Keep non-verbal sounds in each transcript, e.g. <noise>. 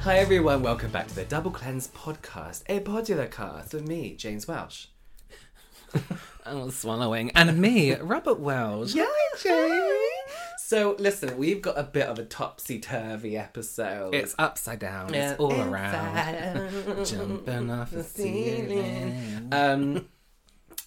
Hi everyone, welcome back to the Double Cleanse podcast, a podular cast with me, James Welsh. Oh, swallowing. <laughs> And me, Robert Wells. Yeah, Jay. So listen, we've got a bit of a topsy turvy episode. It's upside down. Yeah. It's all Inside. around. Jumping off <laughs> the ceiling. um,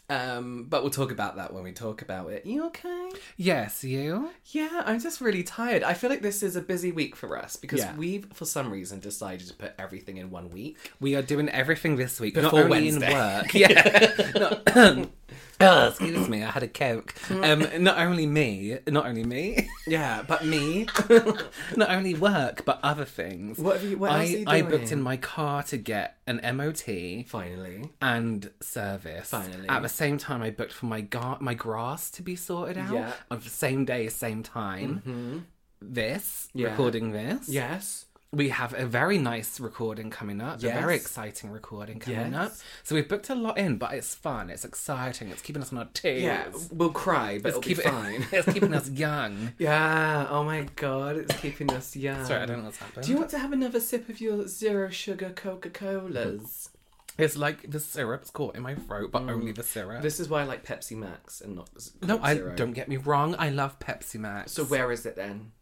um, but we'll talk about that when we talk about it. You okay? Yes, you. Yeah, I'm just really tired. I feel like this is a busy week for us because Yeah. we've, for some reason, decided to put everything in one week. We are doing everything this week. Before not only Wednesday. <laughs> in work. Yeah. <laughs> Not- <coughs> oh, excuse me, I had a coke. <laughs> Um, not only me, not only me, <coughs> <laughs> Yeah, but me. <laughs> not only work, but other things. What have you- what I, else are you I booked doing? in my car to get an MOT. Finally. and service. Finally. At the same time, I booked for my gar- my grass to be sorted out Yeah. Mm-hmm. on the same day, same time. This Yeah. recording this. Yes. We have a very nice recording coming up. Yes. A very exciting recording Yes. coming up. So we've booked a lot in, but it's fun. It's exciting. It's keeping us on our toes. Yeah, we'll cry, but It's, it'll keep- be fine. <laughs> it's <laughs> keeping us young. Yeah. Oh my god, it's keeping us young. Sorry, I don't know what's happened. Do you want to have another sip of your zero sugar Coca Colas? It's like the syrup's caught in my throat, but only the syrup. This is why I like Pepsi Max and not z- no, Coke I Zero. don't get me wrong. I love Pepsi Max. So where is it then?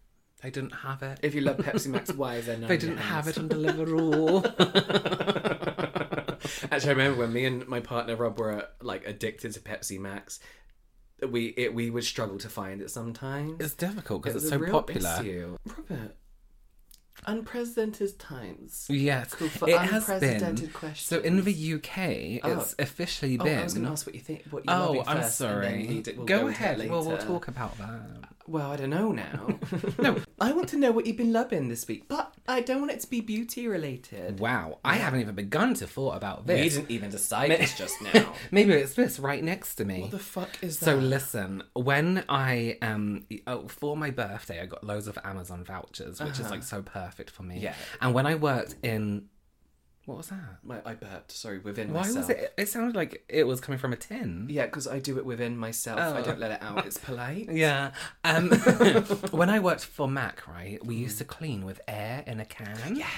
I didn't have it. If you love Pepsi Max, why is there none? They in your didn't have house? it on <laughs> Deliveroo. <laughs> Actually, I remember when me and my partner Rob were like addicted to Pepsi Max. We it, we would struggle to find it sometimes. it's difficult It because it's was so a real popular. issue. Robert, unprecedented times. Yes, Cool for it has unprecedented been. questions. So in the UK, Oh. it's officially Oh, been. I was going to ask what you think. What you Oh, loving I'm first, and then sorry. you d- we'll go, into it ahead. Well, we'll later. talk about that. Well, I don't know <laughs> now. no, I want to know what you've been loving this week, but I don't want it to be beauty related. Wow, I haven't even begun to thought about this. even decide this just now. Maybe it's this right next to <laughs> me. what the fuck is that? So listen, when I um oh for my birthday I got loads of Amazon vouchers, which is like so perfect for me. Yeah. And when I worked in what was that? My, I burped. Sorry, within Why myself. was it it sounded like it was coming from a tin. Yeah, because I do it within myself. I Oh. don't let it out. It's <laughs> polite. Yeah. Um, <laughs> when I worked for Mac, right, we used to clean with air in a can. Yes.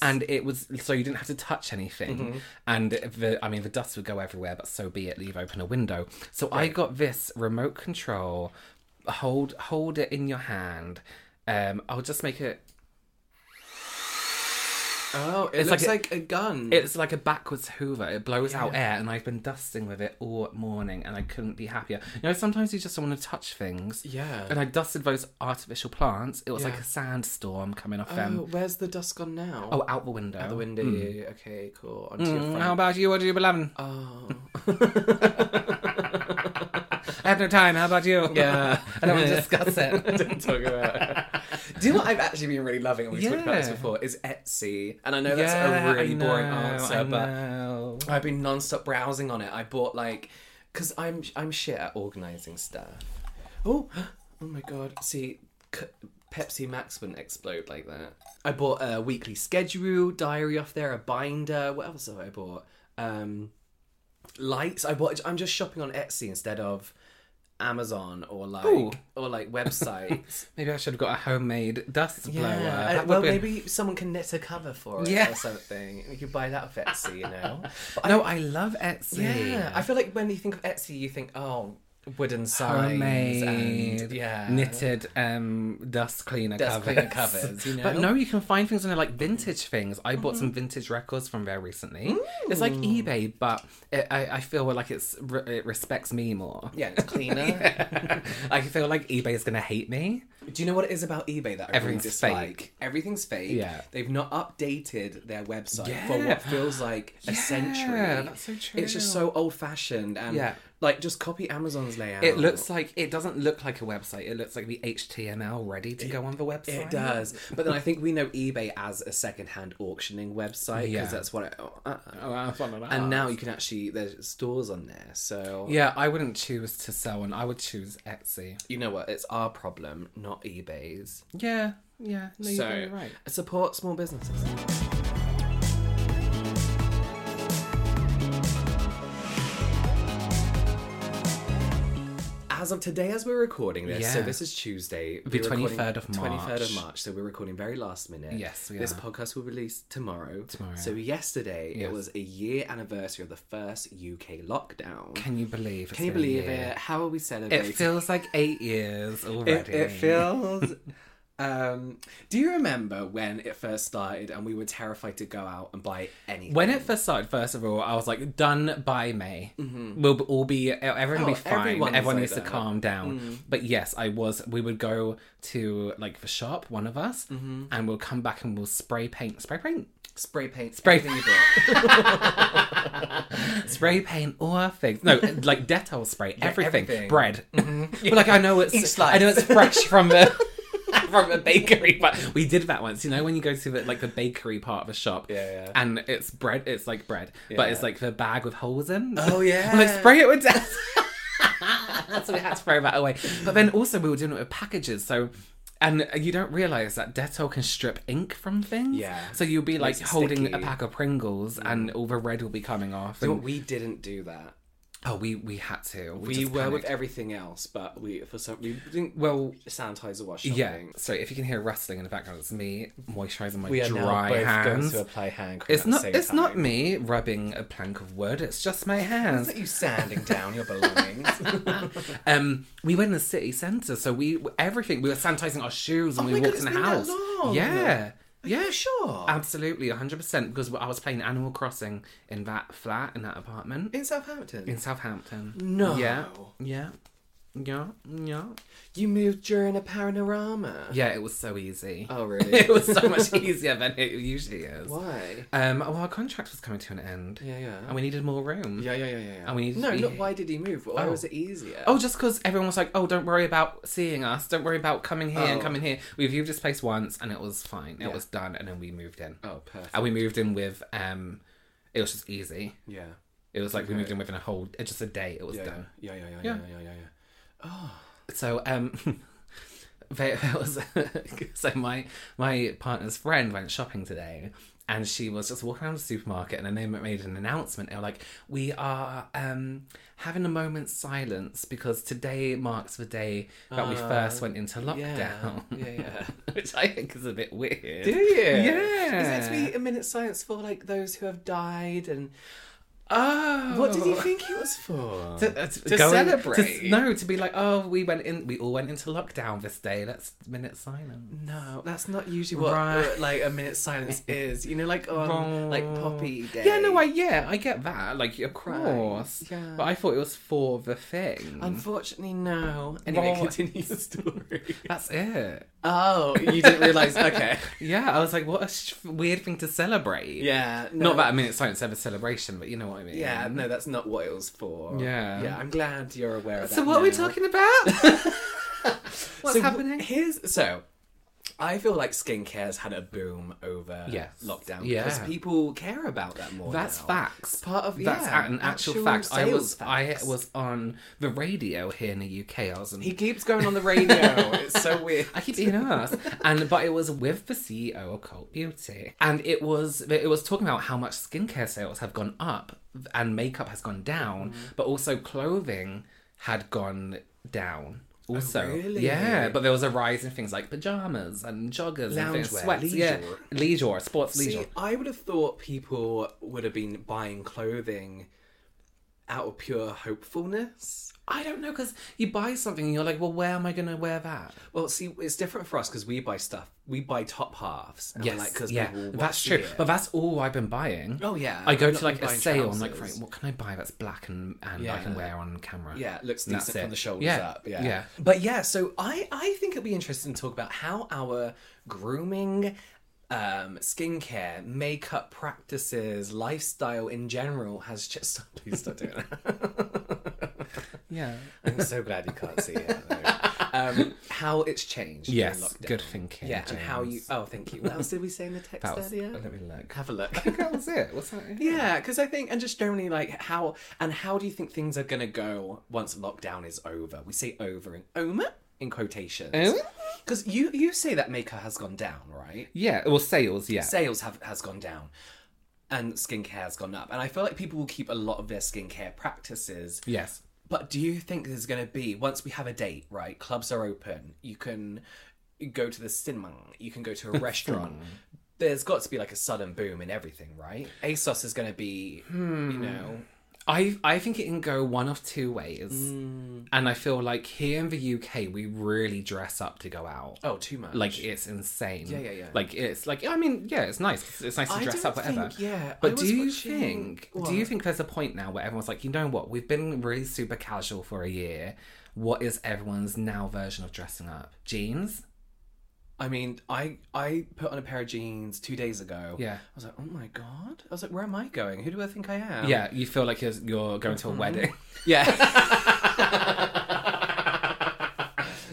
And it was so you didn't have to touch anything, and the I mean the dust would go everywhere, but so be it. Leave open a window. So I got this remote control. Hold hold it in your hand. Um, I'll just make it. Oh, it It's looks like like a, gun. It's like a backwards Hoover. It blows out air, and I've been dusting with it all morning, and I couldn't be happier. You know, sometimes you just don't want to touch things. Yeah. And I dusted those artificial plants. It was Yeah. like a sandstorm coming off oh, them. where's the dust gone now? Oh, out the window. out the window. Okay, cool. Onto your Mm, front. how <laughs> about you? What do you believe? Oh. <laughs> I have no time. How about you? Yeah. <laughs> I don't want to <laughs> discuss it. Don't talk about it. <laughs> Do you know what I've actually been really loving? and We've talked about this Yeah. before. Is Etsy, and I know that's Yeah, a really I know, boring answer, I but know. I've been non-stop browsing on it. I bought like, because I'm I'm shit at organizing stuff. Oh, <gasps> oh my god! See, c- Pepsi Max wouldn't explode like that. I bought a weekly schedule diary off there, a binder. What else have I bought? Um, lights. I bought. I'm just shopping on Etsy instead of Amazon or like Ooh. or like websites. Maybe I should have got a homemade dust <laughs> blower. Yeah. That I- <laughs> well, would've been- maybe someone can knit a cover for it Yeah. or something. You could buy that off Etsy, you <laughs> know. But No, I love Etsy. Yeah, I feel like when you think of Etsy, you think, oh, wooden signs homemade, and yeah, knitted um, dust cleaner Dust covers. cleaner covers, you <laughs> But know? Mm-hmm. no, you can find things on there like vintage things. I bought some vintage records from there recently. It's like eBay, but it, I, I feel like it's re- it respects me more. Yeah, it's cleaner. <laughs> I feel like eBay is gonna hate me. Do you know what it is about eBay that I Everything's really dislike? fake. Everything's fake. Yeah. They've not updated their website for Yeah. what feels like a Yeah, century. that's so It's just true. so old fashioned and Yeah. like just copy Amazon's layout. It looks like it doesn't look like a website. It looks like the HTML ready to go on the website. It does. But then I think we <laughs> know eBay as a second hand auctioning website because Yeah. that's what it, oh, uh, uh. Oh, that's one I and asked. now you can actually there's stores on there. So Yeah, I wouldn't choose to sell on. I would choose Etsy. you know what? It's our problem, not eBay's. Yeah, yeah. No, you're so very right. support small businesses. As of today, as we're recording this, so Yeah. this is Tuesday, be we're recording- 23rd of March. 23rd of March, so we're recording very last minute. Yes, we this are. podcast will release tomorrow. Tomorrow. So yesterday, Yes. it was a year anniversary of the first UK lockdown. Can you believe? it's Can you been a believe year? it? How are we celebrating? It feels like eight years It, already. it <laughs> feels. um, do you remember when it first started and we were terrified to go out and buy anything? When it first started, first of all, I was like, "Done by May. We'll b- all be everyone Mm-hmm. Oh, will be fine. everyone's Everyone like needs that. to calm down." Mm. But yes, I was. We would go to like the shop, one of us, Mm-hmm. and we'll come back and we'll spray paint, spray paint, spray paint, Spray- everything you <laughs> bought. spray paint all our things. <laughs> No, like Dettol spray, everything. everything. Mm-hmm. bread. <laughs> But, like I know it's Each slice. I know <laughs> it's fresh from the <laughs> from a bakery, but we did that once. You know when you go to the like the bakery part of a shop, Yeah, yeah. and it's bread. It's like bread, but it's like the bag with holes in. Oh, yeah. <laughs> like spray it with. Dettol. <laughs> so we had to throw that away. But then also we were doing it with packages, so. And you don't realize that Dettol can strip ink from things. Yeah. So you'll be like Makes it holding a sticky. Mm. pack of Pringles, and all the red will be coming off. But and- we didn't do that. Oh, we we had to. We just were with panicked. everything else, but we for some we didn't well. sanitizer wash. Yeah. So if you can hear rustling in the background, it's me moisturising my we are dry now both going hands. to apply hand cream. It's at not. The same It's time. not me rubbing a plank of wood. It's just my hands. It's not you sanding down your <laughs> belongings. Um, we went in the city centre, so we everything. We were sanitising our shoes when Oh we my God, walked it's in the been that house. long. Yeah. Yeah. sure. Absolutely, hundred percent. Because I was playing Animal Crossing in that flat in that apartment in Southampton, in Southampton. No. Yeah. Yeah. Yeah. Yeah. you moved during a panorama. Yeah. It was so easy. <laughs> Oh really? <laughs> it was so much easier than it usually is. Why? Um, well, our contract was coming to an end. Yeah, yeah. And we needed more room. Yeah, yeah, yeah, yeah. yeah. And we needed no, to be- not why did he move? Why was it easier? Oh, just because everyone was like, "Oh, don't worry about seeing us. Don't worry about coming here and Oh. coming here." We viewed this place once, and it was fine. It was done, and then we moved in. Oh, perfect. And we moved in with um, it was just easy. yeah. It was like we moved in within a whole, uh, just a day. It was Yeah, done. yeah, yeah, yeah, yeah, yeah, yeah, yeah, yeah. So um, <laughs> they, it was <laughs> so my my partner's friend went shopping today. And she was just walking around the supermarket, and then they made an announcement. They were like, "We are um, having a moment's silence because today marks the day that we first went into lockdown." Uh, <laughs> yeah, yeah. Which I think is a bit weird. Do you? Yeah. Is meant to be a minute silence for like those who have died and Oh, what did you think it was <laughs> for? to, uh, to To go in- celebrate. to- no, to be like, oh, we went in. We all went into lockdown this day. Let's minute silence. no, that's not usually what Right. uh, like a minute <laughs> silence is. You know, like on like Poppy Day. Yeah, no, I yeah, I get that. Like, of course. yeah. But I thought it was for the thing. Unfortunately, no. Anyway, Well- continue the story. <laughs> That's it. oh, you didn't realize. Okay. Yeah, I was like, what a sh- weird thing to celebrate. <laughs> Yeah. No. Not that I mean it's science ever celebration, but you know what I mean. Yeah, no, that's not what it was for. Yeah. Yeah, I'm glad you're aware of that. So what are we now. <laughs> talking about? What's So happening? Here's so I feel like skincare's had a boom over Yes. lockdown Yeah. because people care about that more. That's now. facts. part of- that's yeah, an actual, actual fact. I was sales I facts. was on the radio here in the UK. I was on He keeps going on the <laughs> radio. it's so weird. I keep being asked. And but it was with the CEO of Cult Beauty, and it was it was talking about how much skincare sales have Mm. gone up and makeup has gone down, but also clothing had gone down. Also, really? yeah, but there was a rise in things like pajamas and joggers and things, Loungewear, sweats, yeah, leisure, sports See, leisure. I would have thought people would have been buying clothing out of pure hopefulness. I don't know because you buy something and you're like, well, where am I going to wear that? Well, see, it's different for us because we buy stuff. We buy top halves. And we're like, cause yeah, people will that's watch true. it. But that's all I've been buying. Oh, yeah. I go I've not to like been a buying sale. and like, right, trousers. what can I buy that's black and and I Yeah. can wear on camera? yeah, it looks And that's decent from it. the shoulders Yeah, up. Yeah. yeah. But yeah, so I I think it'd be interesting to talk about how our grooming, um, skincare, makeup practices, lifestyle in general has just. <laughs> Stop, please stop doing that. Yeah. I'm so glad you can't see it. <laughs> Um, how it's changed. during Yes. lockdown. Good thinking. Yeah, and how you? James. Oh, thank you. What else did we say in the text That was, earlier? Let me look. Have a look. <laughs> that was it. What's that? yeah, because I think, and just generally, like how and how do you think things are gonna go once lockdown is over? We say over and over in quotations. Over? Because you you say that makeup has gone down, right? Yeah. Well, sales. Yeah. Sales have has gone down. And skincare has gone up, and I feel like people will keep a lot of their skincare practices yes. but do you think there's going to be once we have a date, right? Clubs are open. You can go to the cinema. You can go to <laughs> a restaurant. There's got to be like a sudden boom in everything, right? ASOS is going to be, Hmm. you know, I I think it can go one of two ways, Mm. and I feel like here in the UK we really dress up to go out. oh, too much. Like it's insane. Yeah, yeah, yeah. Like it's like I mean, yeah, it's nice. It's nice to I dress don't up, whatever. think- yeah, I But was do you watching- think? What? Do you think there's a point now where everyone's like, you know what? We've been really super casual for a year. What is everyone's now version of dressing up? Jeans. I mean, I I put on a pair of jeans two days ago. Yeah. I was like, oh my god. I was like, where am I going? Who do I think I am? Yeah, you feel like you're you're going mm-hmm. to <laughs> a wedding. yeah. <laughs>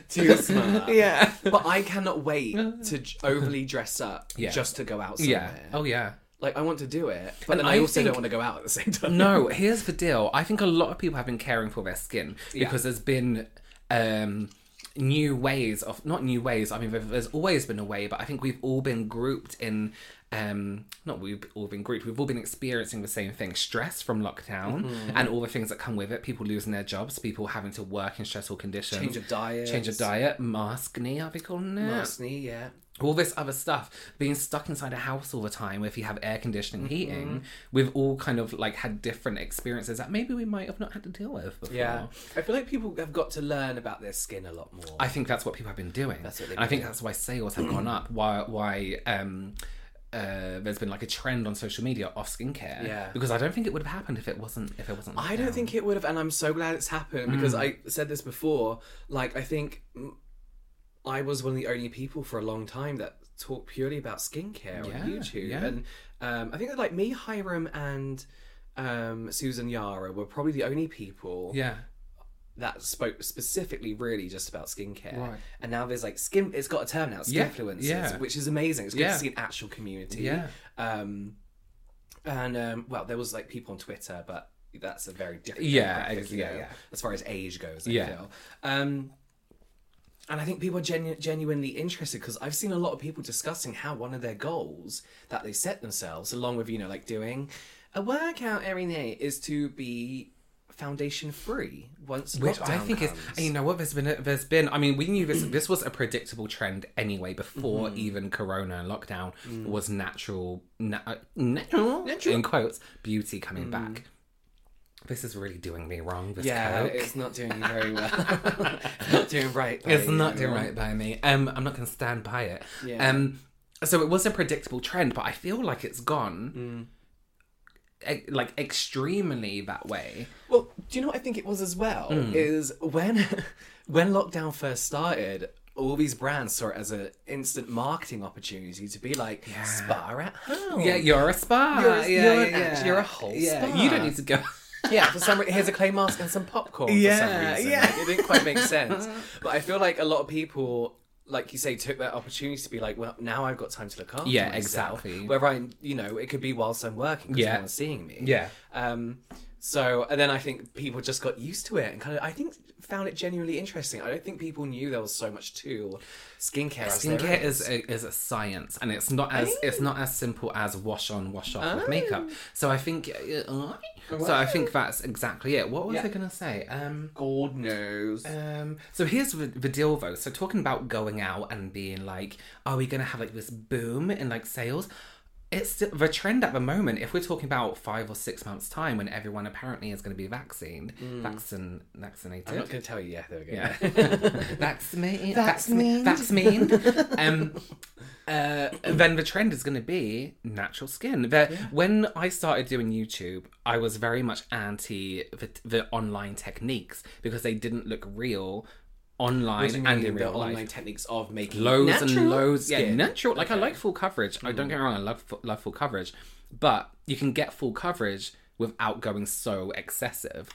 Too smart. <laughs> yeah. But I cannot <laughs> wait to j- overly dress up Yeah. just to go out Yeah. somewhere. Oh yeah. Like I want to do it, but And I I also think- don't want to go out at the same <laughs> <laughs> time. No, here's the deal. I think a lot of people have been caring for their skin because there's been um, new ways of not new ways. I mean, there- there's always been a way, but I think we've all been grouped in. Um, not we've all been grouped. We've all been experiencing the same thing: stress from lockdown Mm-hmm. and all the things that come with it. People losing their jobs, people having to work in stressful conditions, Change of diet. change of diet, mask knee. Are they calling it? Personally, yeah. all this other stuff being stuck inside a house all the time if you have air conditioning Mm-hmm. heating we've all kind of like had different experiences that maybe we might have not had to deal with before Yeah. I feel like people have got to learn about their skin a lot more. i think that's what people have been doing that's what they've and i think that's why sales have gone up why why um uh, there's been like a trend on social media of skincare Yeah. because i don't think it would have happened if it wasn't if it wasn't I don't lockdown. think it would have, and I'm so glad it's happened because I said this before. Like, I think mm, I was one of the only people for a long time that talked purely about skincare Yeah, on YouTube, yeah. and um, I think that like me, Hiram, and um, Susan Yara were probably the only people yeah that spoke specifically, really, just about skincare. Right. And now there's like skin. It's got a term now, Yeah, skinfluencers, yeah. which is amazing. It's good Yeah. to see an actual community. Yeah. Um, and um, well, there was like people on Twitter, but that's a very different. Yeah, demographic, ex- you know, yeah, yeah. As far as age goes, I Yeah. feel. Um, and I think people are genu- genuinely interested because I've seen a lot of people discussing how one of their goals that they set themselves, along with, you know, like doing a workout every day, is to be foundation free once which lockdown I think comes. is and you know what there's been there's been I mean we knew this this was a predictable trend anyway before Mm-hmm. even Corona and lockdown Mm. was natural na- uh, natural in quotes beauty Mm. coming back. This is really doing me wrong. This yeah, Coke. it's not doing you very well. <laughs> not doing right. by <laughs> It's you, not doing everyone. right by me. Um, I'm not going to stand by it. Yeah. Um, so it was a predictable trend, but I feel like it's gone. Mm. e- Like extremely that way. Well, do you know what I think it was as well? Hmm. Is when <laughs> when lockdown first started, all these brands saw it as an instant marketing opportunity to be like spa at home. Yeah, you're a spa. Oh. You're a- yeah, you're an yeah, act- yeah. you're a whole yeah. spa. You don't need to go. yeah, for some re- here's a clay mask and some popcorn for some Yeah, reason. yeah. Like, it didn't quite make <laughs> sense. But I feel like a lot of people, like you say, took that opportunity to be like, well, now I've got time to look after Yeah, myself. exactly. Where I'm, you know, it could be whilst I'm working because Yeah. no one's seeing me. Yeah. Um, So, and then I think people just got used to it and kind of, I think, found it genuinely interesting. I don't think people knew there was so much to skincare. as there Skincare is a, is a science, and it's not as it's not as simple as wash on, wash off with makeup. Oh. So I think, uh, so I think that's exactly it. What was I gonna say? Um, God knows. Um, so here's the, the deal, though. So talking about going out and being like, are we gonna have like this boom in like sales? It's still, the trend at the moment. If we're talking about five or six months time, when everyone apparently is going to be vaccinated, vaccin, Mm. I'm not vaccinated, going to tell you. Yeah, there we go. <laughs> yeah, vaccinated, vaccinated, vaccinated. um, uh, then the trend is going to be natural skin. There, When I started doing YouTube, I was very much anti the, the online techniques because they didn't look real What do you online and mean, in the real life. online techniques of making Loads and natural loads, yeah, skin. natural. Like I like full coverage. I don't get me wrong. I love fu- love full coverage, but you can get full coverage without going so excessive.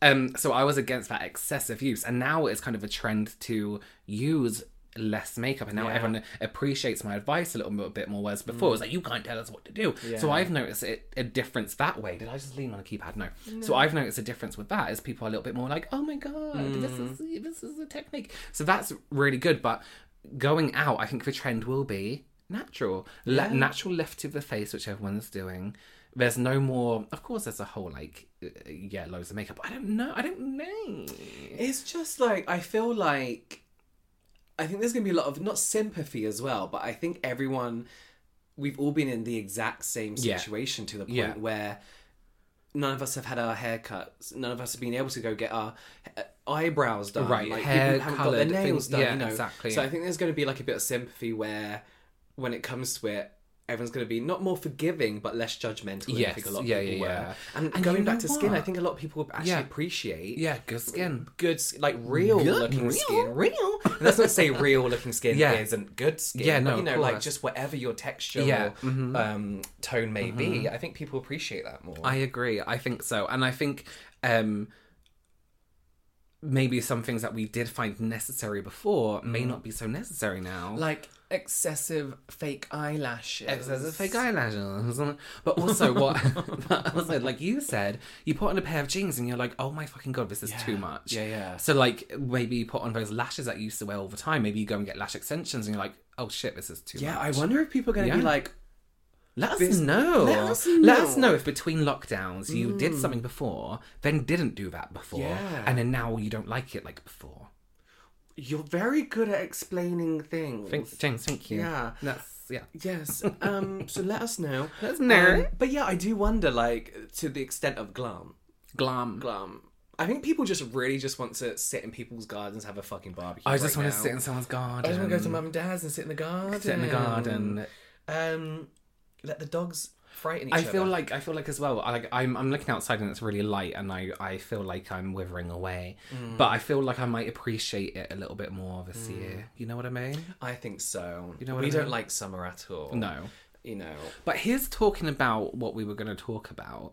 um, so I was against that excessive use, and now it's kind of a trend to use less makeup and now everyone appreciates my advice a little mo- bit more whereas before it was like you can't tell us what to do so i've noticed it, a difference that way did i just lean on a keypad no. so i've noticed a difference with that is people are a little bit more like oh my god this is this is a technique so that's really good but going out i think the trend will be natural Le- natural lift of the face which everyone's doing there's no more of course there's a whole like uh, yeah loads of makeup i don't know i don't know It's just like I feel like I think there's gonna be a lot of not sympathy as well, but I think everyone we've all been in the exact same Yeah. situation to the point Yeah. where none of us have had our haircuts, none of us have been able to go get our uh, eyebrows done, Right, Like hair people haven't got their coloured nails things- done, yeah, you know. exactly. So I think there's gonna be like a bit of sympathy where when it comes to it. Everyone's going to be not more forgiving, but less judgmental. than I Yes, think a lot of yeah, people yeah, yeah. were. And, And going you back know to skin, I what? think a lot of people actually Yeah. appreciate yeah good skin good, s- like real Good, looking real, skin. Real. Let's not say real looking skin Yeah. isn't good skin. Yeah, but, no, You of know, like course. just whatever your texture Yeah, or um, tone may be, I think people appreciate that more. I agree. I think so. And I think um maybe some things that we did find necessary before Mm. may not be so necessary now. like excessive fake eyelashes. Excessive fake eyelashes. <laughs> But also what <laughs> but also like you said, you put on a pair of jeans and you're like, oh my fucking god, this is too much. Yeah, yeah. So like maybe you put on those lashes that you used to wear all the time. Maybe you go and get lash extensions and you're like, oh shit, this is too Yeah, much. I wonder if people are going to be Yeah. like, Let us Bus- know. Let us know. Mm. if between lockdowns you did something before, then didn't do that before, Yeah. and then now you don't like it like before. you're very good at explaining things. Thank, James, thank you. Yeah. That's yeah. Yes. Um, so <laughs> let us know. Let us know. Um, but yeah, I do wonder, like, to the extent of glam. Glam. glum. um, I think people just really just want to sit in people's gardens, have a fucking barbecue. I just right want to now. sit in someone's garden. I just want to go to mum and dad's and sit in the garden. sit in the garden. Um, let the dogs frighten each I other. feel like I feel like as well. I Like I'm, I'm looking outside and it's really light, and I, I feel like I'm withering away. Mm. But I feel like I might appreciate it a little bit more this year. You know what I mean? I think so. You know know, what we I don't mean? like summer at all. No. you know. But here's talking about what we were going to talk about.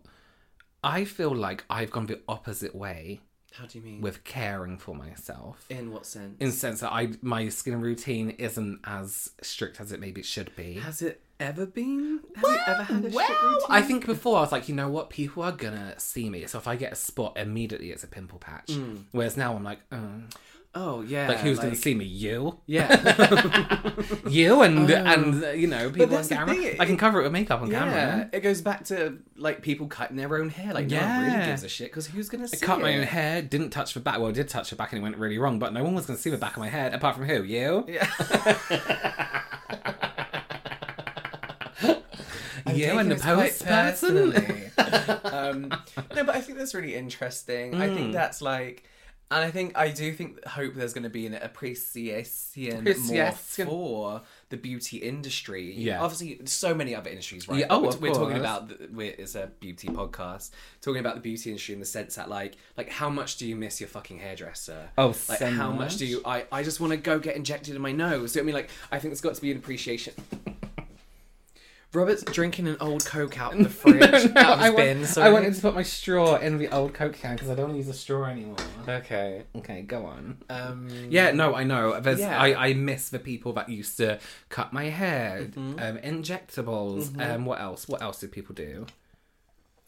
I feel like I've gone the opposite way How do you mean? with caring for myself. in what sense? In the sense that I my skin routine isn't as strict as it maybe should be. Has it ever been? Have you ever had a shit Well, routine? I think before I was like, you know what, people are gonna see me. So if I get a spot, immediately it's a pimple patch. Whereas now I'm like, oh. Oh yeah. Hmm. like who's gonna see me? You, <laughs> <laughs> Yeah. you, and and uh, you know people on that's the camera. thing, I can it- cover it with makeup on Yeah, camera. it goes back to like people cutting their own hair. Like no one Yeah. really gives a shit because who's gonna see cut my own it? hair, didn't touch the back. Well, I did touch the back and it went really wrong, but no one was going to see the back of my head apart from who? You? <laughs> Yeah. you and the post person? <laughs> um, no, but I think that's really interesting. I Hmm. think that's like, and I think I do think hope there's going to be an appreciation more Appreciation. for the beauty industry. Yeah. obviously, so many other industries, right? Yeah, But oh, we're, of we're talking course. about the, we're, it's a beauty podcast, talking about the beauty industry in the sense that like, like how much do you miss your fucking hairdresser? Oh, like so how much. much. do you? I I just want to go get injected in my nose. Do you know what I mean like I think there's got to be an appreciation. Robert's drinking an old Coke out <laughs> of the fridge, out of his I, want- bin. I sorry. wanted to put my straw in the old Coke can because I don't use a straw anymore. Okay. Okay, go on. Um, Yeah, no, I know. There's, Yeah. I, I miss the people that used to cut my hair, Mm-hmm. um, injectables. Um, what else? What else did people do?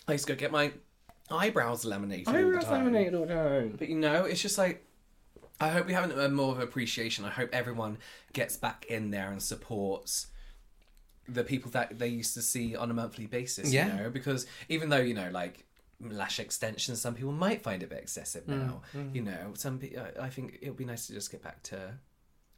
I used to go get my eyebrows laminated. all the Eyebrows time. laminated all down. But you know, it's just like I hope we have a more of appreciation. I hope everyone gets back in there and supports the people that they used to see on a monthly basis. Yeah. You know, because even though you know, like lash extensions, some people might find it a bit excessive Mm, now. You know, some people. I think it would be nice to just get back to.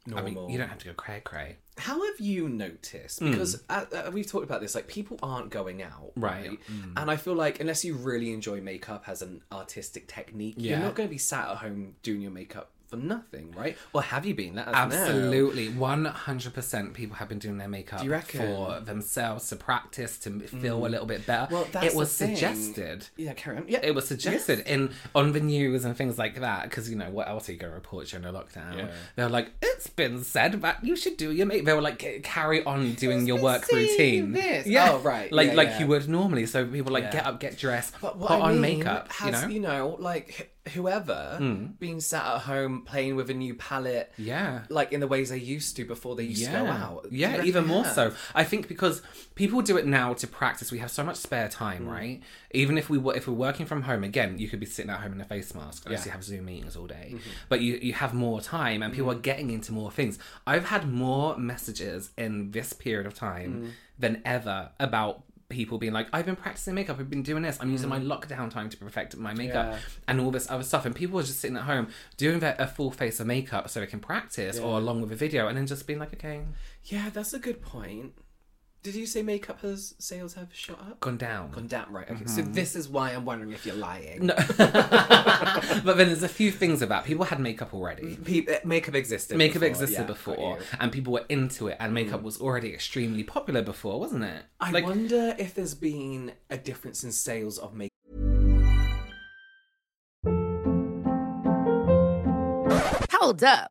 I Normal. mean, you don't have to go cray cray. How have you noticed? Hmm. Because uh, uh, we've talked about this, like people aren't going out, Right. Hmm. And I feel like unless you really enjoy makeup as an artistic technique, you're Yeah. not going to be sat at home doing your makeup for nothing, right? Or have you been? Let us know. Absolutely, one hundred percent. People have been doing their makeup you reckon? for themselves to practice to m- feel a little bit better. Mm. Well, that's it was the thing. suggested. Yeah, carry on. Yeah, It was suggested in on the news and things like that because you know what else are you gonna report during a lockdown? Yeah. They were like, it's been said that you should do your make. They were like, "C- carry on doing your work seen routine. this. Yeah, Oh, right. like Yeah, like yeah. you would normally. So people like Yeah. get up, get dressed, But put what I on mean makeup. has, you know, Hmm. like wh- whoever being sat at home playing with a new palette, Yeah. like in the ways they used to before they used to go out. Do you Yeah, reckon even they more have? so. I think because people do it now to practice. We have so much spare time, right? Even if we were if we're working from home again, you could be sitting at home in a face mask. Unless you have Zoom meetings all day, but you you have more time, and people are getting into more things. I've had more messages in this period of time than ever about people being like i've been practicing makeup i've been doing this i'm using my lockdown time to perfect my makeup and all this other stuff and people are just sitting at home doing their, a full face of makeup so they can practice or along with a video and then just being like okay Yeah, that's a good point. Did you say makeup has sales have shot up? gone down Gone down, right? Okay, so this is why I'm wondering if you're lying. no. <laughs> but then there's a few things about people had makeup already Mm-hmm. Pe- uh, makeup existed. makeup before, existed yeah, before got you. Mm. and people were into it and makeup was already extremely popular before wasn't it I wonder if there's been a difference in sales of makeup. Hold up.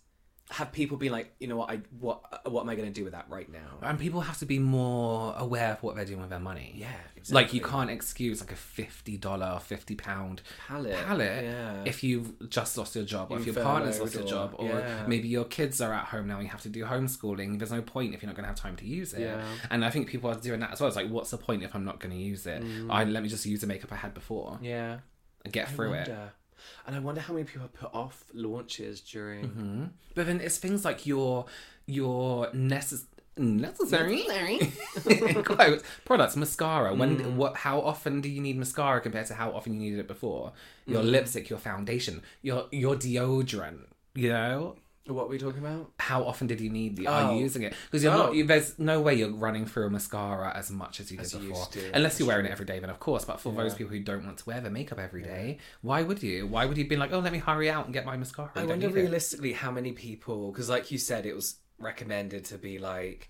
Have people been like, you know what? I what what am I going to do with that right now? and people have to be more aware of what they're doing with their money Yeah, Like exactly. you can't excuse like a fifty dollar, fifty pound Palette, yeah. if you've just lost your job, or if You've your partner's furloughed lost your or- job, or yeah. maybe your kids are at home now and you have to do homeschooling. There's no point if you're not going to have time to use it. Yeah. And I think people are doing that as well. It's like, what's the point if I'm not going to use it? I let me just use the makeup I had before Mm. Yeah, and get through it. And I wonder how many people have put off launches during. But then it's things like your your necess- necessary <laughs> in quotes products mascara when Mm. what how often do you need mascara compared to how often you needed it before your Mm. lipstick your foundation your your deodorant you know What are we talking about? how often did you need the are Oh. you using it because you're Oh. not you, there's no way you're running through a mascara as much as you did As you before used to, unless that's you're wearing it every day then of course but for those people who don't want to wear their makeup every day why would you why would you be like oh let me hurry out and get my mascara I don't wonder need it." realistically how many people, because like you said, it was recommended to be like,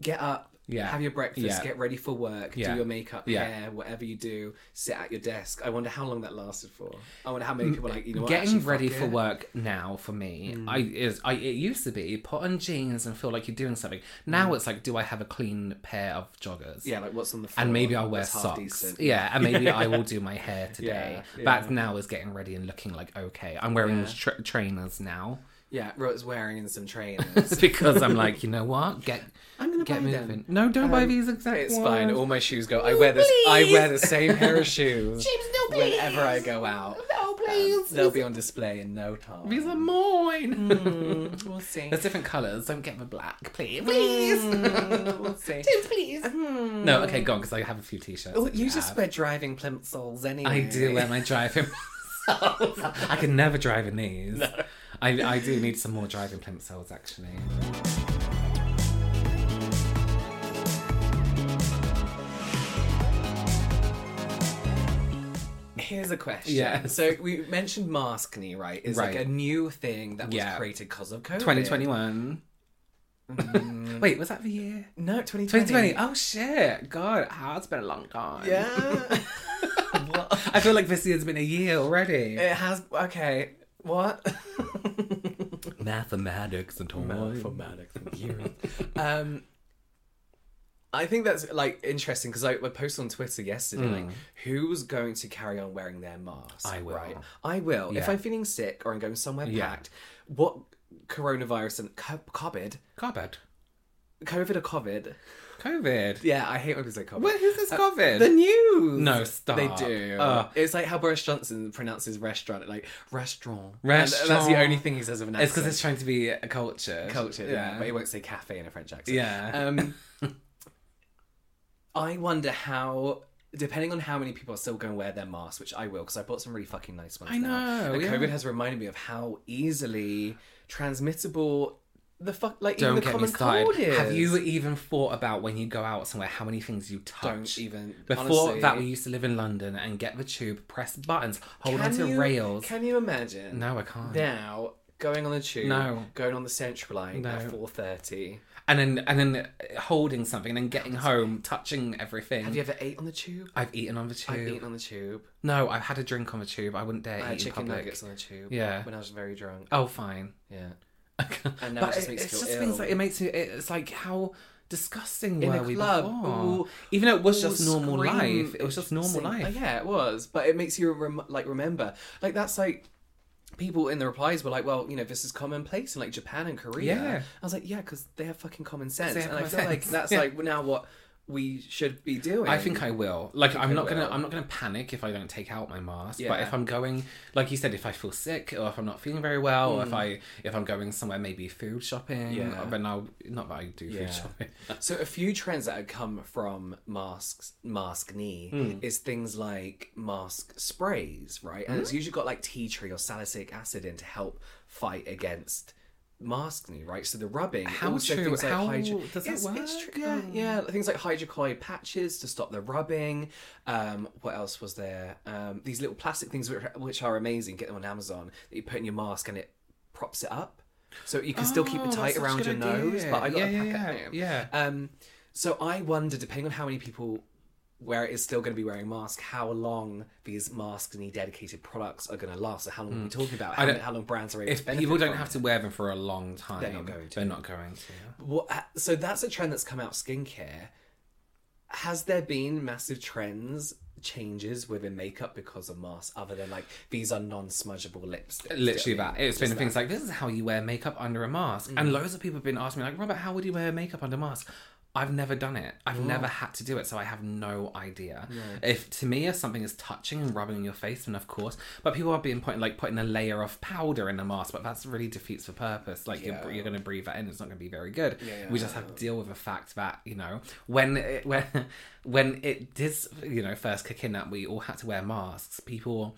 get up, Yeah. have your breakfast, Yeah. get ready for work, Yeah. do your makeup, Yeah. hair, whatever you do, sit at your desk. I wonder how long that lasted for. I wonder how many people are like you know what, getting actually, Hmm. fuck ready for it. work now for me i is i it used to be put on jeans and feel like you're doing something now it's like do i have a clean pair of joggers Hmm. Yeah, like what's on the floor? and maybe I'll wear that's half socks. decent. Yeah, and <laughs> maybe I will do my hair today. Yeah, That yeah. now <laughs> is getting ready and looking like okay. I'm wearing tra- trainers now. Yeah, Rota's wearing in some <laughs> trainers. because I'm like, you know what? Get <laughs> I'm gonna get buy them. Um, moving. No, don't buy these exact It's ones. fine. All my shoes go. I wear this. I wear the same <laughs> pair of shoes <laughs> whenever I go out. No, please. they'll be on display in no <laughs> time. These are mine. We'll see. <laughs> <laughs> There's different colours. Don't get the black, please. Please. <laughs> We'll see. Um, No, okay, go on, because I have a few t-shirts. Mm. Oh, that you just have. wear driving plimsolls anyway. I do wear my driving. <laughs> I could never drive in these. I, I do need some more driving plimsolls, actually. <laughs> Oh, Here's a question. Yeah. So we mentioned maskne, right? Is like Right. a new thing that was Yeah. created because of COVID. 2021. Mm. <laughs> Wait, was that the year? No, 2020. 2020. Oh shit! God, how it's been a long time. Yeah. <laughs> I feel like this year's been a year already. it has. Okay. What? <laughs> Mathematics and all. Mathematics and years. <laughs> um, I think that's like interesting because I, I posted on Twitter yesterday like who's going to carry on wearing their mask. Mm. I will. Right? I will. If Yeah. I'm feeling sick or I'm going somewhere Yeah. packed, what coronavirus and co- COVID, Cupboard. COVID or COVID? COVID. Yeah, I hate when people say COVID. Uh, What is this COVID? The news. No, stop. They do. Ugh. it's like how Boris Johnson pronounces restaurant, like restaurant. And that's the Restaurant. only thing he says of an accent. it's because it's trying to be a culture. culture, yeah. But he won't say cafe in a French accent. Yeah. Um, <laughs> I wonder how, depending on how many people are still going to wear their masks, which I will, because I bought some really fucking nice ones. I now. know, And yeah. COVID has reminded me of how easily transmittable the fuck, like Don't even the get me common cold started. is. Have you even thought about when you go out somewhere how many things you touch? Don't even. Before honestly. that, we used to live in London and get the tube, press buttons, hold Can onto you- rails. Can you imagine? No, I can't. Now going on the tube. No. Going on the Central Line No. at four thirty. and then and then uh, holding something and then getting home, touching everything. Have you ever ate on the tube? I've eaten on the tube. I've eaten on the tube. No, I've had a drink on the tube. I wouldn't dare I eat had in chicken public. nuggets on the tube. Yeah. When I was very <laughs> drunk. Oh, fine. Yeah. and now it just makes you it's feel just things ill. like it makes you. It's like how disgusting In were a we club, before? all- Even though it was all just normal scream- life, it was just normal sing- life. Oh, yeah, it was. But it makes you rem- like remember. Like that's like people in the replies were like, "Well, you know, this is commonplace in like Japan and Korea." Yeah. I was like, "Yeah, because they have fucking common sense." They have and I common feel like sense. that's Yeah. like now what we should be doing. I think I will. Like I I'm not gonna will. I'm not gonna panic if I don't take out my mask. But Yeah. if I'm going like you said, if I feel sick or if I'm not feeling very well or if I if I'm going somewhere maybe food shopping, Hmm. Yeah. then I'll not that I do Yeah. food shopping. <laughs> so a few trends that have come from masks mask knee Hmm. is things like mask sprays right and Hmm. it's usually got like tea tree or salicylic acid in to help fight against mask knee right so the rubbing How also true? things like How- hydro- does that it's, it's work? Oh. tr- yeah, yeah things like hydrocolloid patches to stop the rubbing um what else was there um these little plastic things which are, which are amazing get them on amazon that you put in your mask and it props it up so you can still keep Oh, it that's tight such a around your good nose idea. but i got Yeah, a yeah, packet yeah. now. Yeah. Um, so I wonder, depending on how many people where it is still going to be wearing masks, how long these mask and dedicated products are going to last. So how long are we talking about? How, Hmm. don't- how long brands are able to If benefit people don't from have it? to wear them for a long time, They're not going to. They're not going to. What, ha- so that's a trend that's come out. Skincare. Has there been massive trends changes within makeup because of masks, other than like these are non-smudgeable lipsticks? Literally that. Mm. It's been things like this is how you wear makeup under a mask. And loads of people have been asking me like, Robert, how would you wear makeup under a mask? I've never done it. I've never had to do it, so I have no idea. If to me, if something is touching and rubbing on your face, then of course. But people are being putting like putting a layer of powder in a mask, but that's really defeats the purpose. Like you're, you're going to breathe that in, it's not going to be very good. We just have to deal with the fact that you know when it, when <laughs> when it did you know first kick in that we all had to wear masks. People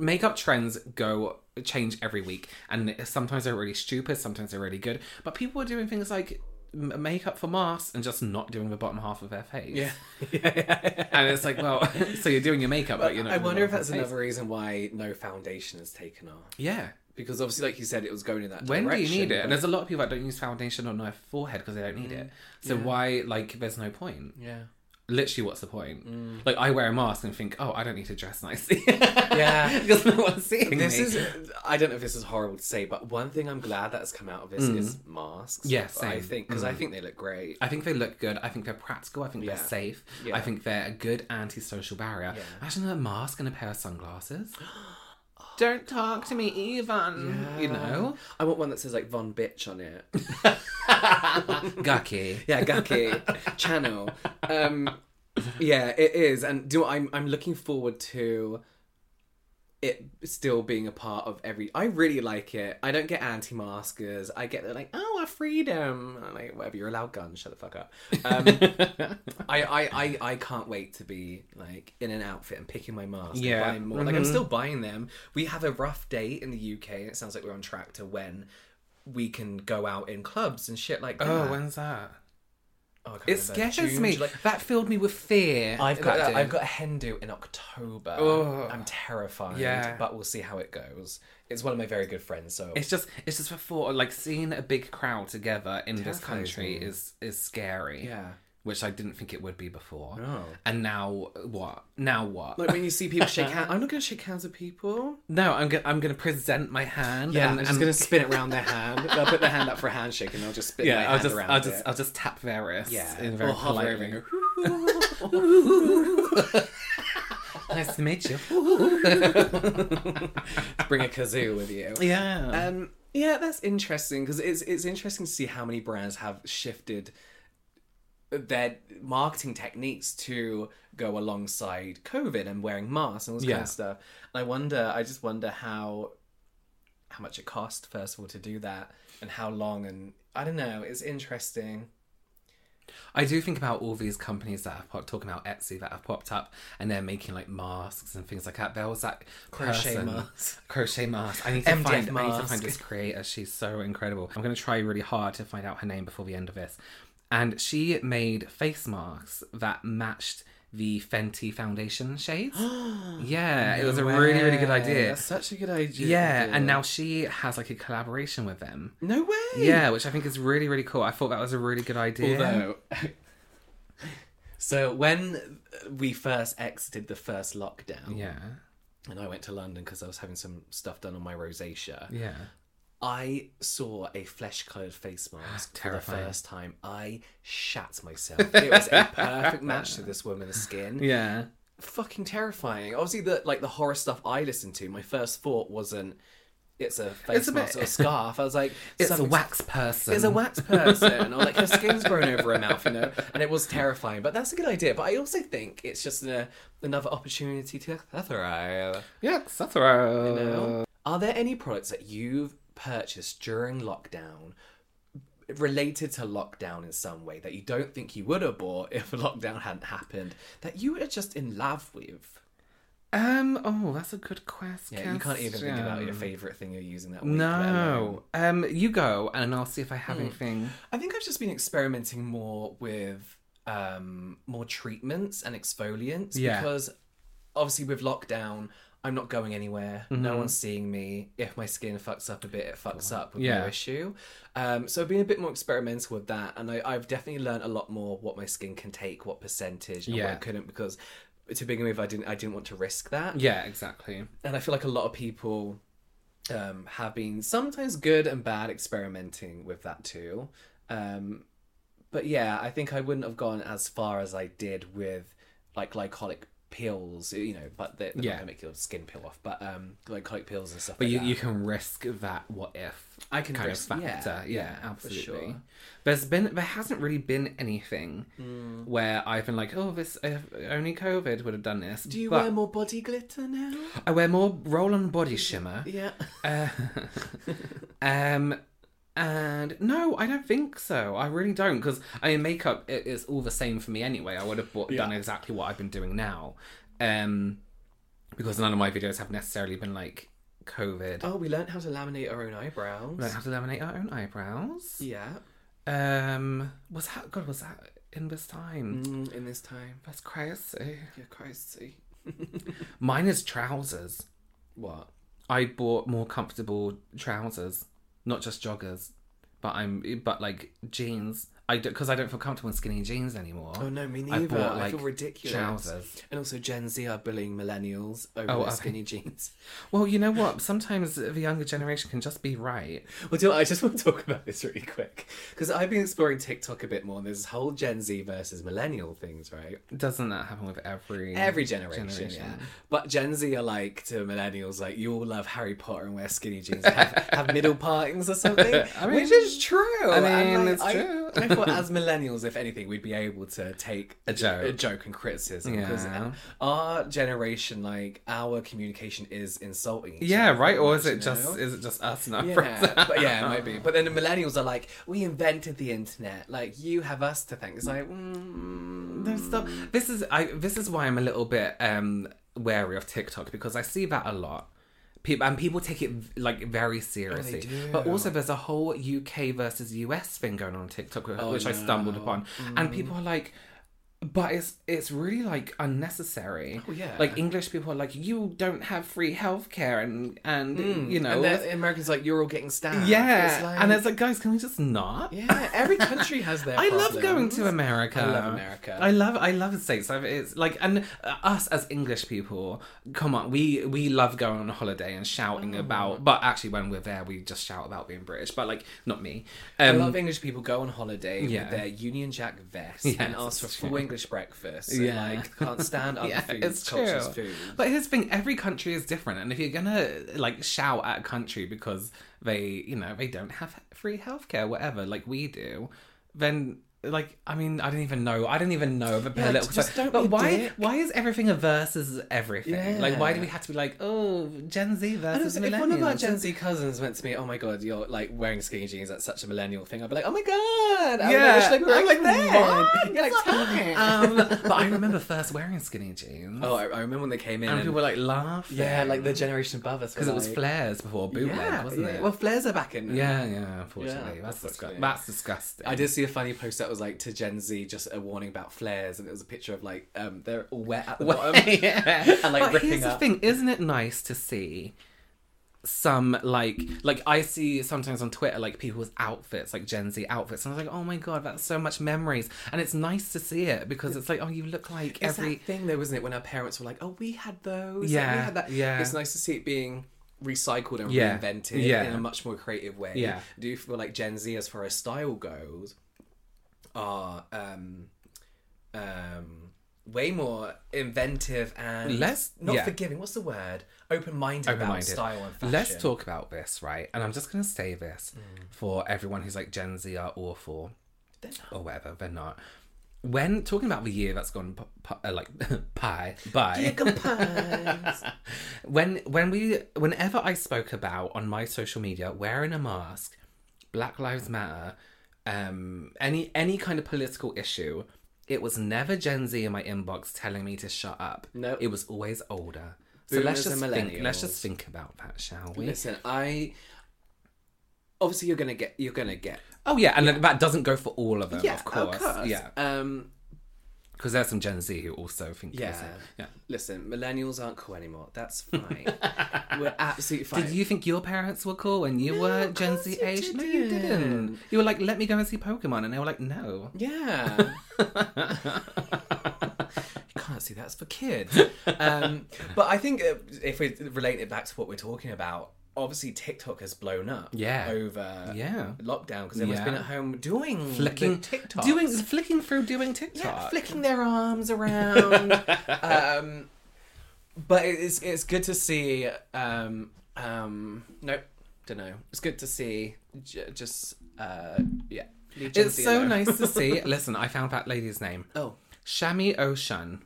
makeup trends go change every week and sometimes they're really stupid sometimes they're really good but people are doing things like m- makeup for masks and just not doing the bottom half of their face yeah, <laughs> and it's like well <laughs> so you're doing your makeup but, you're not I doing the wonder if bottom that's half of another reason why no foundation has taken off. your face. yeah Because obviously, like you said, it was going in that when do direction. you need it but- and there's a lot of people that don't use foundation on their forehead because they don't need it so why like there's no point Mm. Yeah. Mm. literally what's the point like i wear a mask and think oh i don't need to dress nicely <laughs> Yeah. because no one's seeing This me. is, I don't know if this is horrible to say, but one thing I'm glad that has come out of this is masks. Mm. Yeah, I same. Mm. think, because I think they look great. I think they look good. I think they're practical. I think Yeah. they're safe. Yeah. <gasps> I think they're a good anti-social barrier. Imagine a mask and a pair of sunglasses. Don't talk to me, even. You know? I want one that says like Von Bitch on it. Gucky. <laughs> Yeah, Gaki channel. Um, yeah, it is, and do you know what? I'm I'm looking forward to it still being a part of every. I really like it. I don't get anti-maskers. I get they're like, oh, our freedom, and like whatever. You're allowed guns. Shut the fuck up. Um, <laughs> I, I I I can't wait to be like in an outfit and picking my mask. and Yeah. Mm-hmm. buying more. Like I'm still buying them. We have a rough day in the UK, and it sounds like we're on track to when. We can go out in clubs and shit like that. Oh, when's that? Oh, I can't It remember. scares June, me. July- That filled me with fear. I've That got did. I've got a Hindu in October. I'm terrified. Yeah. but we'll see how it goes. It's one of my very good friends, so It's just it's just for thought. Like seeing a big crowd together in this Terrifies country me. is is scary. Yeah. Which I didn't think it would be before. No. And now what? Now what? like when you see people shake hands. I'm not gonna shake hands with people. <laughs> no, I'm gonna I'm gonna present my hand. Yeah, and, I'm just and- gonna spin it around their hand. They'll put their hand up for a handshake, and I'll just spin my yeah. I'll hand just around I'll just it. I'll just tap Varys. Yeah. In very Or hover polite over <laughs> and nice to meet you. bring a kazoo with you. <laughs> yeah. <laughs> Um, yeah, that's interesting because it's it's interesting to see how many brands have shifted their marketing techniques to go alongside COVID and wearing masks and all this kind Yeah. of stuff. And I wonder, I just wonder how how much it cost first of all to do that and how long and I don't know. It's interesting. I do think about all these companies that have popped, talking about Etsy that have popped up and they're making like masks and things like that. There was that Crochet person- masks. <laughs> Crochet mask. I need to MDF find. I need to mask. find this creator. She's so incredible. I'm gonna try really hard to find out her name before the end of this. And she made face masks that matched the Fenty <gasps> foundation shades. yeah, it was a really really good idea. That's such a good idea. yeah, and now she has like a collaboration with them. no way. Yeah, which I think is really really cool. I thought that was a really good idea. Although, <laughs> so when we first exited the first lockdown, yeah. and I went to London because I was having some stuff done on my rosacea. Yeah. I saw a flesh coloured face mask for the Terrifying. first time. I shat myself. It was a perfect match to this woman's skin. Yeah. Fucking terrifying. Obviously, the like the horror stuff I listened to, my first thought wasn't it's a face It's a mask bit- or a scarf. I was like, <laughs> It's a something's- wax person. <laughs> It's a wax person, or like <laughs> her skin's grown over her mouth, you know, and it was terrifying. But that's a good idea. But I also think it's just a, another opportunity to thrive. Yeah, that's right. No. Are there any products that you've purchased during lockdown related to lockdown in some way that you don't think you would have bought <laughs> if lockdown hadn't happened that you were just in love with? Um. Oh, that's a good question. Yeah, you can't even think about your favorite thing you're using that week. let alone- No. Um. You go, and I'll see if I have Hmm. anything. I think I've just been experimenting more with um, more treatments and exfoliants Yeah. because obviously with lockdown, I'm not going anywhere. Mm-hmm. No one's seeing me. If my skin fucks up a bit, it fucks up with Yeah. no issue. Um, so I've been a bit more experimental with that, and I, I've definitely learned a lot more what my skin can take, what percentage, and what Yeah. I couldn't because to begin with, I didn't I didn't want to risk that Yeah. Exactly. and I feel like a lot of people um, have been sometimes good and bad experimenting with that too. Um, but yeah, I think I wouldn't have gone as far as I did with like glycolic pills, you know, but they're, they're Yeah. not gonna make your skin peel off. But um, glycolic pills and stuff. But like you, that. you can risk that what if I can kind risk- of yeah, factor. Yeah, yeah, for absolutely. sure. There's been there hasn't really been anything Mm. where I've been like, oh, this if only COVID would have done this. do you but wear more body glitter now? I wear more roll-on body shimmer. Yeah. Uh, Um, and no, I don't think so. I really don't because I mean, makeup it, it's all the same for me anyway. I would have bought, done exactly what I've been doing now, um, because none of my videos have necessarily been like COVID. Oh, we learned how to laminate our own eyebrows. Learn how to laminate our own eyebrows. Yeah. Um, was that God? Was that in this time? Mm, in this time. That's crazy. Yeah, Christ. see. Mine is trousers. What? I bought more comfortable trousers, not just joggers, but I'm but like jeans. I because I don't feel comfortable in skinny jeans anymore. Oh no, me neither. I, bought, like, feel ridiculous. Trousers. And also, Gen Z are bullying millennials over Oh, their are they? skinny jeans. Well, you know what? Sometimes the younger generation can just be right. Well, do you know what? I just <laughs> want to talk about this really quick because I've been exploring TikTok a bit more. And there's this whole Gen Z versus millennial things, right? Doesn't that happen with every Every generation, yeah. But Gen Z are like to millennials, like you all love Harry Potter and wear skinny jeans, and <laughs> have, have middle partings or something, which mean- is true. I And, mean, it's I- true. I thought <laughs> as millennials, if anything, we'd be able to take a joke. a joke and criticism because Yeah. our generation, like our communication, is insulting. each Yeah, other right. Or is much, it you just know? is it just us and <laughs> our friends? Yeah, but yeah, it might be. But then the millennials are like, we invented the internet. Like, you have us to thank. It's like, mm, No, stop. This is I. This is why I'm a little bit um wary of TikTok because I see that a lot. People and people take it like Oh, very seriously. But also, there's a whole UK versus US thing going on, on TikTok, Oh, which I stumbled upon, Mm. and people are like. But it's it's really like unnecessary. Oh, yeah. Like English people are like, you don't have free healthcare and and you know Mm. and then Americans are like, you're all getting stabbed. yeah. It's and it's like, guys, can we just not? Yeah, every country has their. <laughs> I love going problems. to America. I love America. I love I love the states. I've- It's like and uh, us as English people, come on, we we love going on holiday and shouting Oh. about. But actually, when we're there, we just shout about being British. But like, not me. a lot Um, of English people go on holiday Yeah. with their Union Jack vest and Yes, ask for it's full true. English breakfast. Yeah. Yeah, like can't <laughs> stand other yeah, foods, it's true. cultures, food. But here's the thing: every country is different, and if you're gonna like shout at a country because they, you know, they don't have free healthcare, whatever, like we do, then. Like I mean, I don't even know. I don't even know the Yeah, political. just don't be but a why? dick. Why is everything a versus everything? Like, why do Yeah. we have to be like, oh, Gen Z And versus also, millennials? if one of our Gen Z cousins went to me, oh my god, you're like wearing skinny jeans, that's such a millennial thing, I'd be like, oh my god, I Yeah. wish like we were like Like, that. <laughs> what? You're like, "Stop." <laughs> <laughs> um, but I remember first wearing skinny jeans, oh, I, I remember when they came in. and And people were like laughing. yeah, like the generation above us. because it was like, flares before bootleg, Yeah, wasn't yeah. it? Well, flares are back in. now. Yeah, yeah, unfortunately. Yeah, that's, unfortunately. disgu- that's disgusting. I did see a funny post that was like to Gen Z, just a warning about flares, and it was a picture of like um, they're all wet <laughs> at the bottom yeah. <laughs> and like but ripping here's up. the thing, isn't it nice to see some like like I see sometimes on Twitter like people's outfits, like Gen Z outfits, and I was like, oh my god, that's so much memories, and it's nice to see it because it's like, oh, you look like It's every that thing though, wasn't it? When our parents were like, "Oh, we had those. and we Yeah, had that." yeah. It's nice to see it being recycled and Yeah, reinvented yeah. in a much more creative way. Yeah. Do you feel like Gen Z, as far as style goes, are um, um, way more inventive and Less- not yeah. forgiving? What's the word? Open-minded, about open-minded. style and fashion. Mm. Let's talk about this, right? And I'm just going to say this for everyone who's like Gen Z are awful or whatever. They're not. When talking about the year that's gone, p- p- uh, like <laughs> pie by <laughs> when when we whenever I spoke about on my social media wearing a mask, Black Lives Matter, um, any any kind of political issue. It was never Gen Z in my inbox telling me to shut up. Nope. it was always older. so Boomers let's just and think. Let's millennials. just think about that, shall we? Listen, I obviously you're gonna get you're gonna get Oh yeah, and that doesn't go for all of them, of course. yeah. Yeah, Um, because there's some Gen Z who also think. Yeah. listen, yeah. Listen, millennials aren't cool anymore. That's fine. <laughs> We're absolutely fine. Did you think your parents were cool when you were of Gen course Z you age? No, you didn't. You were like, "Let me go and see Pokemon," and they were like, "No." Yeah. <laughs> you can't see that's for kids. Um, but I think uh, if we relate it back to what we're talking about, obviously TikTok has blown up. Yeah. Over Yeah. lockdown because everyone's Yeah. been at home doing Flicking TikTok, doing flicking through doing TikTok. yeah, flicking their arms around. <laughs> um, but it's it's good to see. Um, um, nope, don't know. It's good to see. J- just uh, yeah. Leave Gen It's Z so alone. nice <laughs> to see. Listen, I found that lady's name. Oh. Shami Ocean.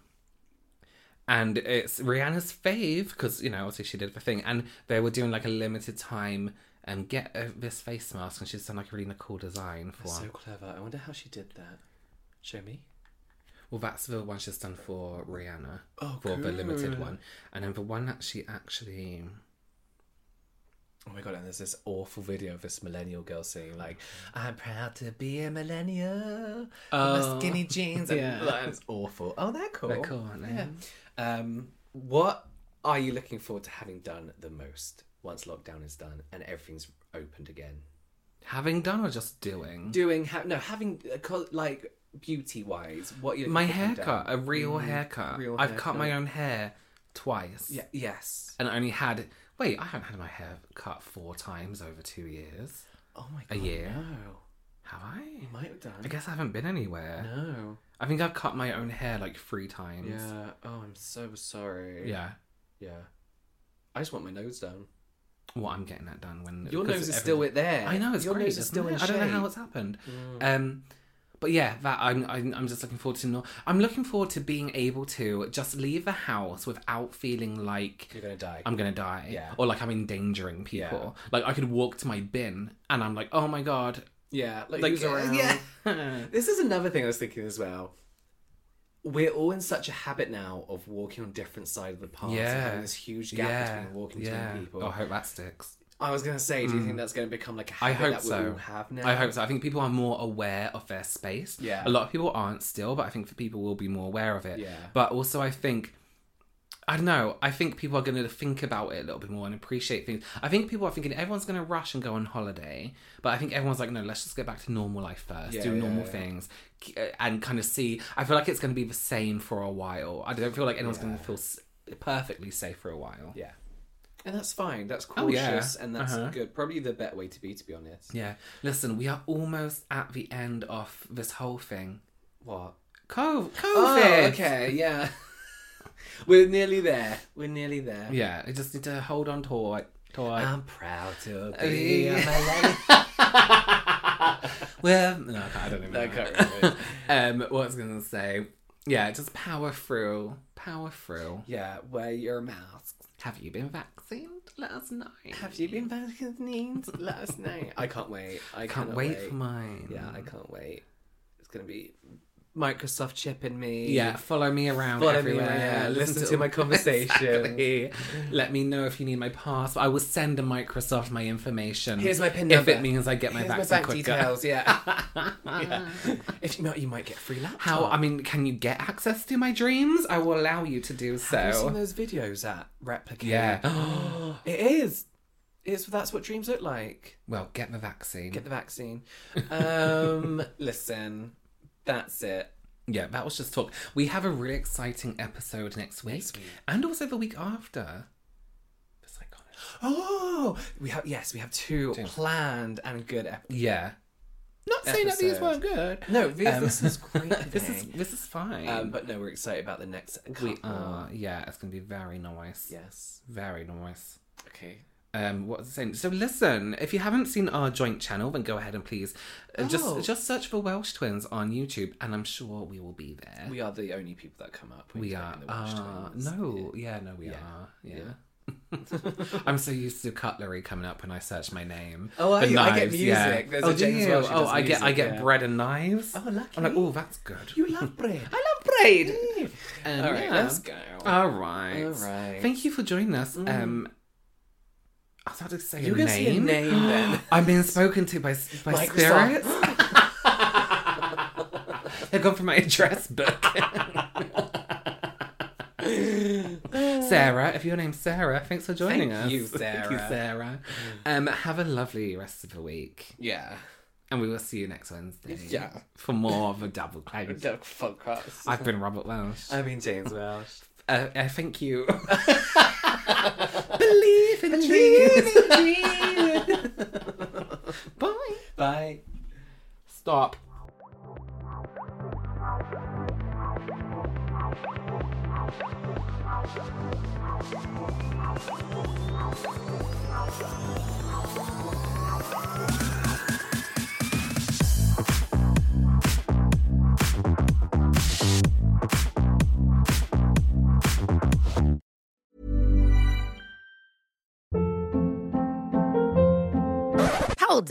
And it's Rihanna's fave because you know obviously she did the thing, and they were doing like a limited time um, get uh, this face mask, and she's done like a really cool design for. So clever. I wonder how she did that. Show me. well, that's the one she's done for Rihanna Oh, for the limited one, and then the one that she actually Oh my god! And there's this awful video of this millennial girl singing like, "I'm proud to be a millennial." Oh, Oh. skinny jeans. And, Yeah. like, it's awful. Oh, they're cool. They're cool, aren't they? Yeah. Um, what are you looking forward to having done the most once lockdown is done and everything's opened again? Having done or just doing? Doing ha- no having uh, co- like beauty wise, what you my haircut, a real haircut. Mm, Mm-hmm. real I've cut haircut. my own hair twice. Yeah, yes. And I only had. Wait, I haven't had my hair cut four times over two years. Oh my A god. year? No, Have I? you might have done. I guess I haven't been anywhere. No. I think I've cut my own hair like three times. Yeah. Oh, I'm so sorry. Yeah. Yeah. I just want my nose down. Well, I'm getting that done when Your because nose is every- still it there. I know it's Your great. nose is isn't still it? in I don't know how shape. Mm. it's happened. Um, but yeah, that I'm, I'm I'm just looking forward to. Not, I'm looking forward to being able to just leave the house without feeling like You're gonna die. I'm gonna die. Yeah. Or like I'm endangering people. Like I could walk to my bin and I'm like, oh my god. Yeah, like, Like, who's uh, around? yeah. <laughs> this is another thing I was thinking as well. We're all in such a habit now of walking on different side of the path. and Yeah. having this huge gap between walking yeah. between people. Oh, I hope that sticks. I was gonna say, do you think that's gonna become like a I habit hope that we so. all have now? I hope so. I think people are more aware of their space. Yeah. A lot of people aren't still, but I think people will be more aware of it. Yeah. But also, I think. I don't know. I think people are going to think about it a little bit more and appreciate things. I think people are thinking everyone's going to rush and go on holiday, but I think everyone's like, no, let's just get back to normal life first, Yeah, do yeah, normal yeah. things, k- uh, and kind of see. I feel like it's going to be the same for a while. I don't feel like anyone's going to feel s- perfectly safe for a while. Yeah, and that's fine. That's Oh, yeah. cautious, and that's Uh-huh. good. Probably the better way to be, to be honest. Yeah. Listen, we are almost at the end of this whole thing. What? Co- COVID. Oh, okay, yeah. <laughs> We're nearly there. We're nearly there. Yeah, I just need to hold on to it. To it. I'm proud to be. be a a millennial. well, no, I can't- I don't even <laughs> know. I can't <laughs> remember. um, what I was gonna say? Yeah, just power through. Power through. yeah, wear your mask. Have you been vaccinated? Let us know. Have you been vaccinated? Let us know. I can't wait. I Can't cannot wait, for mine. Yeah, I can't wait. It's gonna be Microsoft chipping me. Yeah, follow me around Follow me everywhere. around, listen to <laughs> my conversations. Exactly. Let me know if you need my passport. I will send a Microsoft my information. Here's my PIN If number. it means I get my Here's vaccine my bank quicker. details. Yeah. yeah. If not, you might get free laptop. <laughs> How? I mean, can you get access to my dreams? I will allow you to do so. Have you seen those videos at Replicate? <gasps> <gasps> Yeah. It is. It's that's what dreams look like. well, get the vaccine. Get the vaccine. <laughs> Um, listen, that's it. yeah, that was just talk. We have a really exciting episode next week, and also the week after. The psychology. Oh, we have yes, we have two planned and good episodes. Yeah. Not saying that these Episode. weren't good. Um, No, this, this is great. <laughs> this is today. this is fine. Um, but no, we're excited about the next. we couple. are. Uh, Yeah, it's gonna be very nice. Yes. Very nice. Okay. um what was I saying? So listen, if you haven't seen our joint channel, then go ahead and please uh Oh. just just search for Welsh Twins on YouTube, and I'm sure we will be there. We are the only people that come up. when We you type are. in the Welsh Uh, twins. no, yeah, no, we are. Yeah. <laughs> <laughs> I'm so used to cutlery coming up when I search my name. Oh, are The you? I get yeah. music. There's oh, a do James you? Welsh who Oh, does I get I music, get yeah. bread and knives. Oh, lucky. I'm like, oh, that's good. You love bread. I love bread. Um, All right, yeah. Uh, let's go. All right. All right. Thank you for joining us. Um, I was about to say You're a gonna say a name. <gasps> name then. I'm being spoken to by by Microsoft. <laughs> spirits. They've gone for my address book. <laughs> Sarah, if your name's Sarah, thanks for joining Thank us. you, <laughs> Thank you, Sarah. Mm. Sarah. Um, have a lovely rest of the week, Yeah. and we will see you next Wednesday. Yeah. for more of a <laughs> double claim. Fuck us. I've been Robert Welsh. I mean James Welsh. Uh, uh, thank <laughs> you. Believe in dreams. Bye. Bye. Stop. Hold